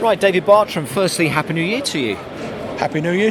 Right, David Bartram, firstly, Happy New Year to you. Happy New Year